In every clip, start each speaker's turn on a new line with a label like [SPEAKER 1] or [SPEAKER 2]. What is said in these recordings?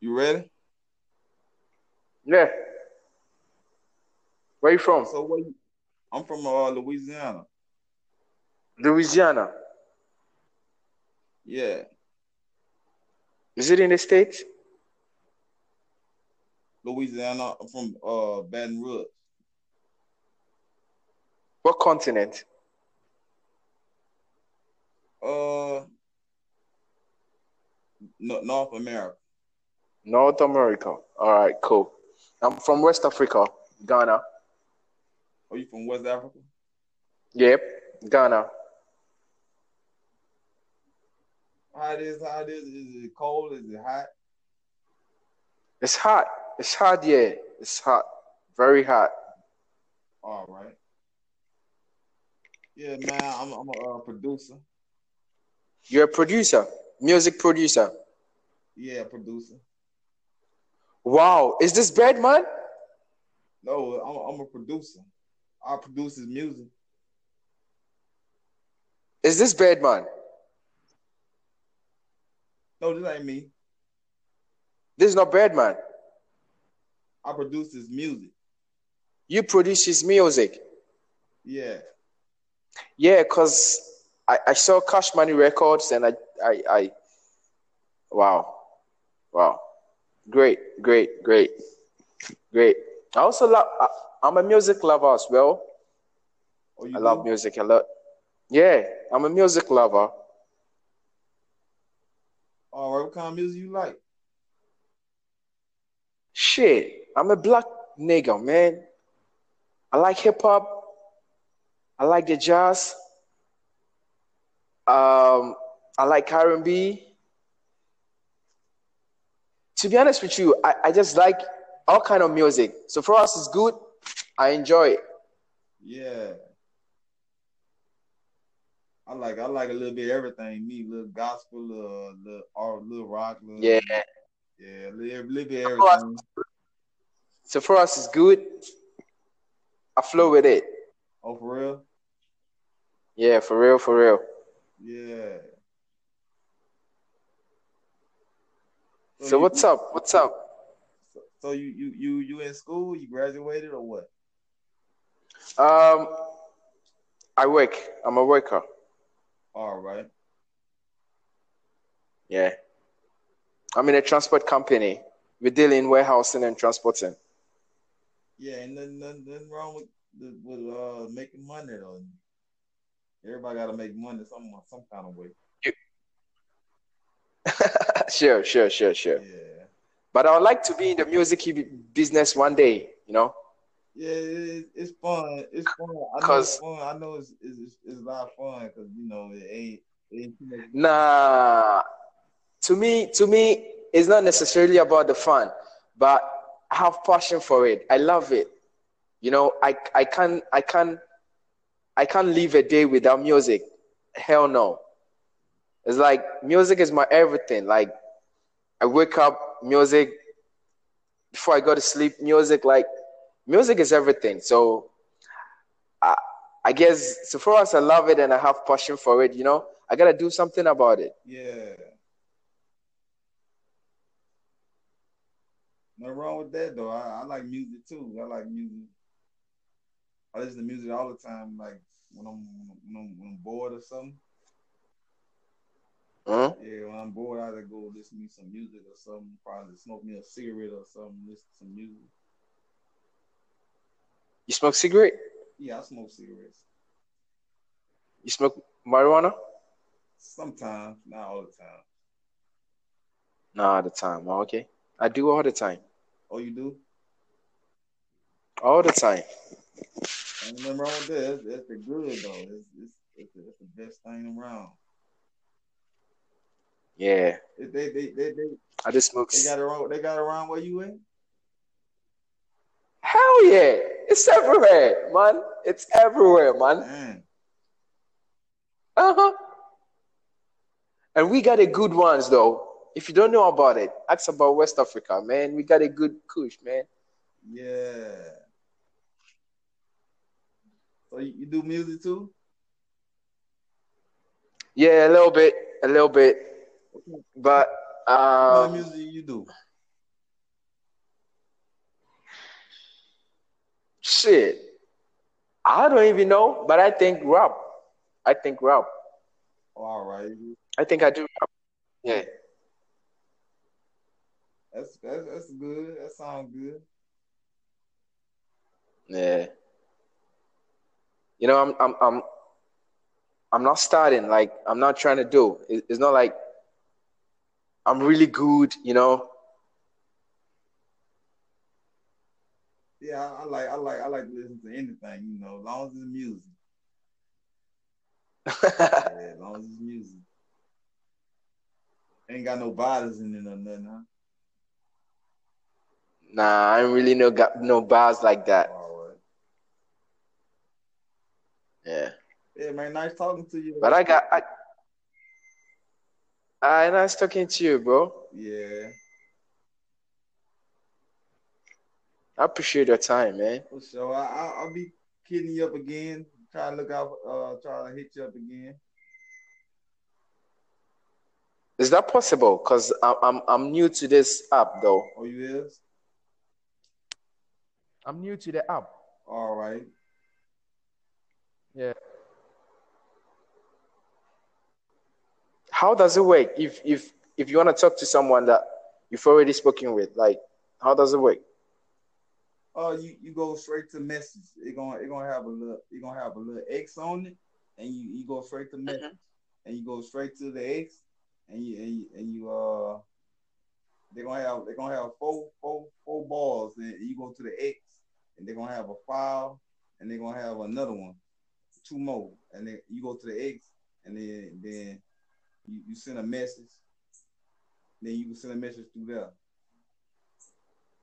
[SPEAKER 1] You ready?
[SPEAKER 2] Yeah. Where you from?
[SPEAKER 1] So where you- I'm from uh, Louisiana.
[SPEAKER 2] Louisiana.
[SPEAKER 1] Yeah,
[SPEAKER 2] Is it in the States?
[SPEAKER 1] Louisiana. I'm from uh, Baton Rouge,
[SPEAKER 2] What continent?
[SPEAKER 1] uh, no, North America.
[SPEAKER 2] North America. All right, cool. I'm from West Africa, Ghana.
[SPEAKER 1] Are you from West Africa?
[SPEAKER 2] Yep, Ghana.
[SPEAKER 1] How it is? How it is? Is it cold? Is it hot?
[SPEAKER 2] It's hot. It's hot, yeah. It's hot. Very hot.
[SPEAKER 1] All right. Yeah, man. I'm I'm a uh, producer.
[SPEAKER 2] You're a producer, music producer.
[SPEAKER 1] Yeah, producer.
[SPEAKER 2] Wow, is this Birdman?
[SPEAKER 1] No, I'm I'm a producer. I produce his music.
[SPEAKER 2] Is this Birdman?
[SPEAKER 1] No, this ain't me.
[SPEAKER 2] This is not Birdman.
[SPEAKER 1] I produce his music.
[SPEAKER 2] You produce his music.
[SPEAKER 1] Yeah.
[SPEAKER 2] Yeah, because I, I saw Cash Money Records and I, I, I, wow, wow. Great, great, great, great. I also love, I, I'm a music lover as well.
[SPEAKER 1] Oh, you
[SPEAKER 2] I love music a lot. Yeah, I'm a music lover.
[SPEAKER 1] All right. What kind of music you like?
[SPEAKER 2] Shit, I'm a black nigga, man. I like hip hop. I like the jazz. Um, I like R and B. To be honest with you, I, I just like all kind of music. So for us, it's good. I enjoy it.
[SPEAKER 1] Yeah. I like I like a little bit of everything. Me, little gospel, little little, or little rock, little
[SPEAKER 2] Yeah.
[SPEAKER 1] yeah, little, little bit of
[SPEAKER 2] course.
[SPEAKER 1] everything.
[SPEAKER 2] So for us, it's good. I flow with it.
[SPEAKER 1] Oh, for real?
[SPEAKER 2] Yeah, for real, for real.
[SPEAKER 1] Yeah.
[SPEAKER 2] So
[SPEAKER 1] you-
[SPEAKER 2] what's up? What's up?
[SPEAKER 1] So you you you you in school? You graduated or what?
[SPEAKER 2] Um, I work. I'm a worker.
[SPEAKER 1] All right.
[SPEAKER 2] Yeah. I'm in a transport company. We deal in warehousing and transporting.
[SPEAKER 1] Yeah, ain't nothing, nothing, nothing wrong with the- with uh making money though. Everybody gotta make money some some kind of way.
[SPEAKER 2] sure, sure, sure, sure.
[SPEAKER 1] Yeah.
[SPEAKER 2] But I would like to be in the music e- business one day, you know?
[SPEAKER 1] Yeah, it, it's fun. It's fun. I know it's
[SPEAKER 2] 'Cause-
[SPEAKER 1] fun. I know it's it's, it's, it's a lot of fun because you know it ain't. It ain't too much.
[SPEAKER 2] Nah. To me, to me, it's not necessarily about the fun, but I have passion for it. I love it. You know, I I can I can I can't live a day without music. Hell no. It's like music is my everything. Like I wake up, music. Before I go to sleep, music. Like music is everything. So I, I guess so for us, I love it and I have passion for it. You know, I gotta do something about it.
[SPEAKER 1] Yeah. Nothing wrong with that though. I, I like music too. I like music. I listen to music all the time. Like when I'm when I'm, when I'm bored or something.
[SPEAKER 2] Mm?
[SPEAKER 1] Yeah, when I'm bored, I just go listen to me some music or something. Probably smoke me a cigarette or something. Listen to some music.
[SPEAKER 2] You smoke cigarette?
[SPEAKER 1] Yeah, I smoke cigarettes
[SPEAKER 2] You smoke marijuana?
[SPEAKER 1] sometimes, not all the time.
[SPEAKER 2] Nah, all the time. Oh, okay, I do all the time.
[SPEAKER 1] Oh, you do?
[SPEAKER 2] All the time.
[SPEAKER 1] Ain't nothing wrong with that. That's, that's the good though. It's, it's, it's, the, it's the best thing around.
[SPEAKER 2] Yeah,
[SPEAKER 1] If they they they they,
[SPEAKER 2] I just smoke.
[SPEAKER 1] they got around they got around where you at?
[SPEAKER 2] Hell yeah, it's everywhere, man. It's everywhere, man.
[SPEAKER 1] Man,
[SPEAKER 2] Uh-huh. And we got a good ones though. If you don't know about it, ask about West Africa, man. We got a good kush, man.
[SPEAKER 1] yeah. So you, you do music too?
[SPEAKER 2] Yeah, a little bit, a little bit. But
[SPEAKER 1] What kind
[SPEAKER 2] um,
[SPEAKER 1] of music you do?
[SPEAKER 2] Shit. I don't even know, but I think rap. I think rap.
[SPEAKER 1] Oh, all right.
[SPEAKER 2] I think I do rap. Yeah.
[SPEAKER 1] That's that's that's good. That sounds good.
[SPEAKER 2] Yeah. You know, I'm I'm I'm I'm not starting. Like I'm not trying to do. It- It's not like I'm really good. You know.
[SPEAKER 1] Yeah, I, I like I like I like to listen to anything, you know, as long as it's music. Yeah, as long as it's music. Ain't got no bodies in it or nothing, huh?
[SPEAKER 2] nah, I ain't really no got no bars like that.
[SPEAKER 1] All right.
[SPEAKER 2] Yeah.
[SPEAKER 1] Yeah, man, nice talking to you.
[SPEAKER 2] But I got. I, I nice talking to you, bro.
[SPEAKER 1] Yeah.
[SPEAKER 2] I appreciate your time, man.
[SPEAKER 1] For sure. I, I, I'll be hitting you up again. Try to look out, uh, try to hit you up again.
[SPEAKER 2] Is that possible? Cause I, I'm I'm new to this app though.
[SPEAKER 1] Oh, you is?
[SPEAKER 2] I'm new to the app.
[SPEAKER 1] All right.
[SPEAKER 2] How does it work? If if if you want to talk to someone that you've already spoken with, like how does it work?
[SPEAKER 1] Uh, you, you go straight to message. It gonna it gonna have a little it gonna have a little X on it, and you, you go straight to message, and you go straight to the X, and you and you, and you uh they're gonna have they're gonna have four four four balls, and you go to the X, and they're gonna have a file, and they're gonna have another one, two more, and then you go to the X, and then then you, you send a message, then you can send a message through there.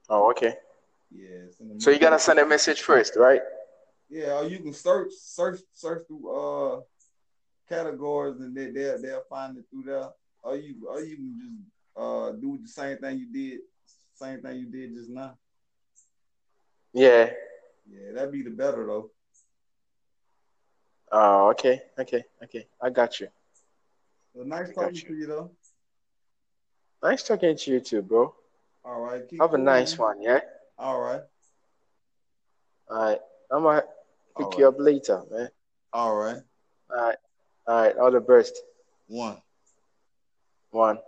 [SPEAKER 2] Oh, okay.
[SPEAKER 1] Yeah. Send a
[SPEAKER 2] So you
[SPEAKER 1] message.
[SPEAKER 2] gotta send a message first, right?
[SPEAKER 1] Yeah, or you can search, search, search through uh categories, and they they'll, they'll find it through there. Or you or you can just uh do the same thing you did, same thing you did just now.
[SPEAKER 2] Yeah.
[SPEAKER 1] Yeah, that'd be the better though.
[SPEAKER 2] Oh, okay, okay, okay. I got you.
[SPEAKER 1] So nice
[SPEAKER 2] I got
[SPEAKER 1] talking
[SPEAKER 2] you.
[SPEAKER 1] to you though.
[SPEAKER 2] Nice talking to you too, bro.
[SPEAKER 1] All right, keep
[SPEAKER 2] Have a nice
[SPEAKER 1] moving.
[SPEAKER 2] one, yeah.
[SPEAKER 1] All right,
[SPEAKER 2] All right. I'm gonna pick
[SPEAKER 1] All
[SPEAKER 2] you
[SPEAKER 1] right.
[SPEAKER 2] up later, man.
[SPEAKER 1] all right,
[SPEAKER 2] All right. All right. All the best.
[SPEAKER 1] one.
[SPEAKER 2] One.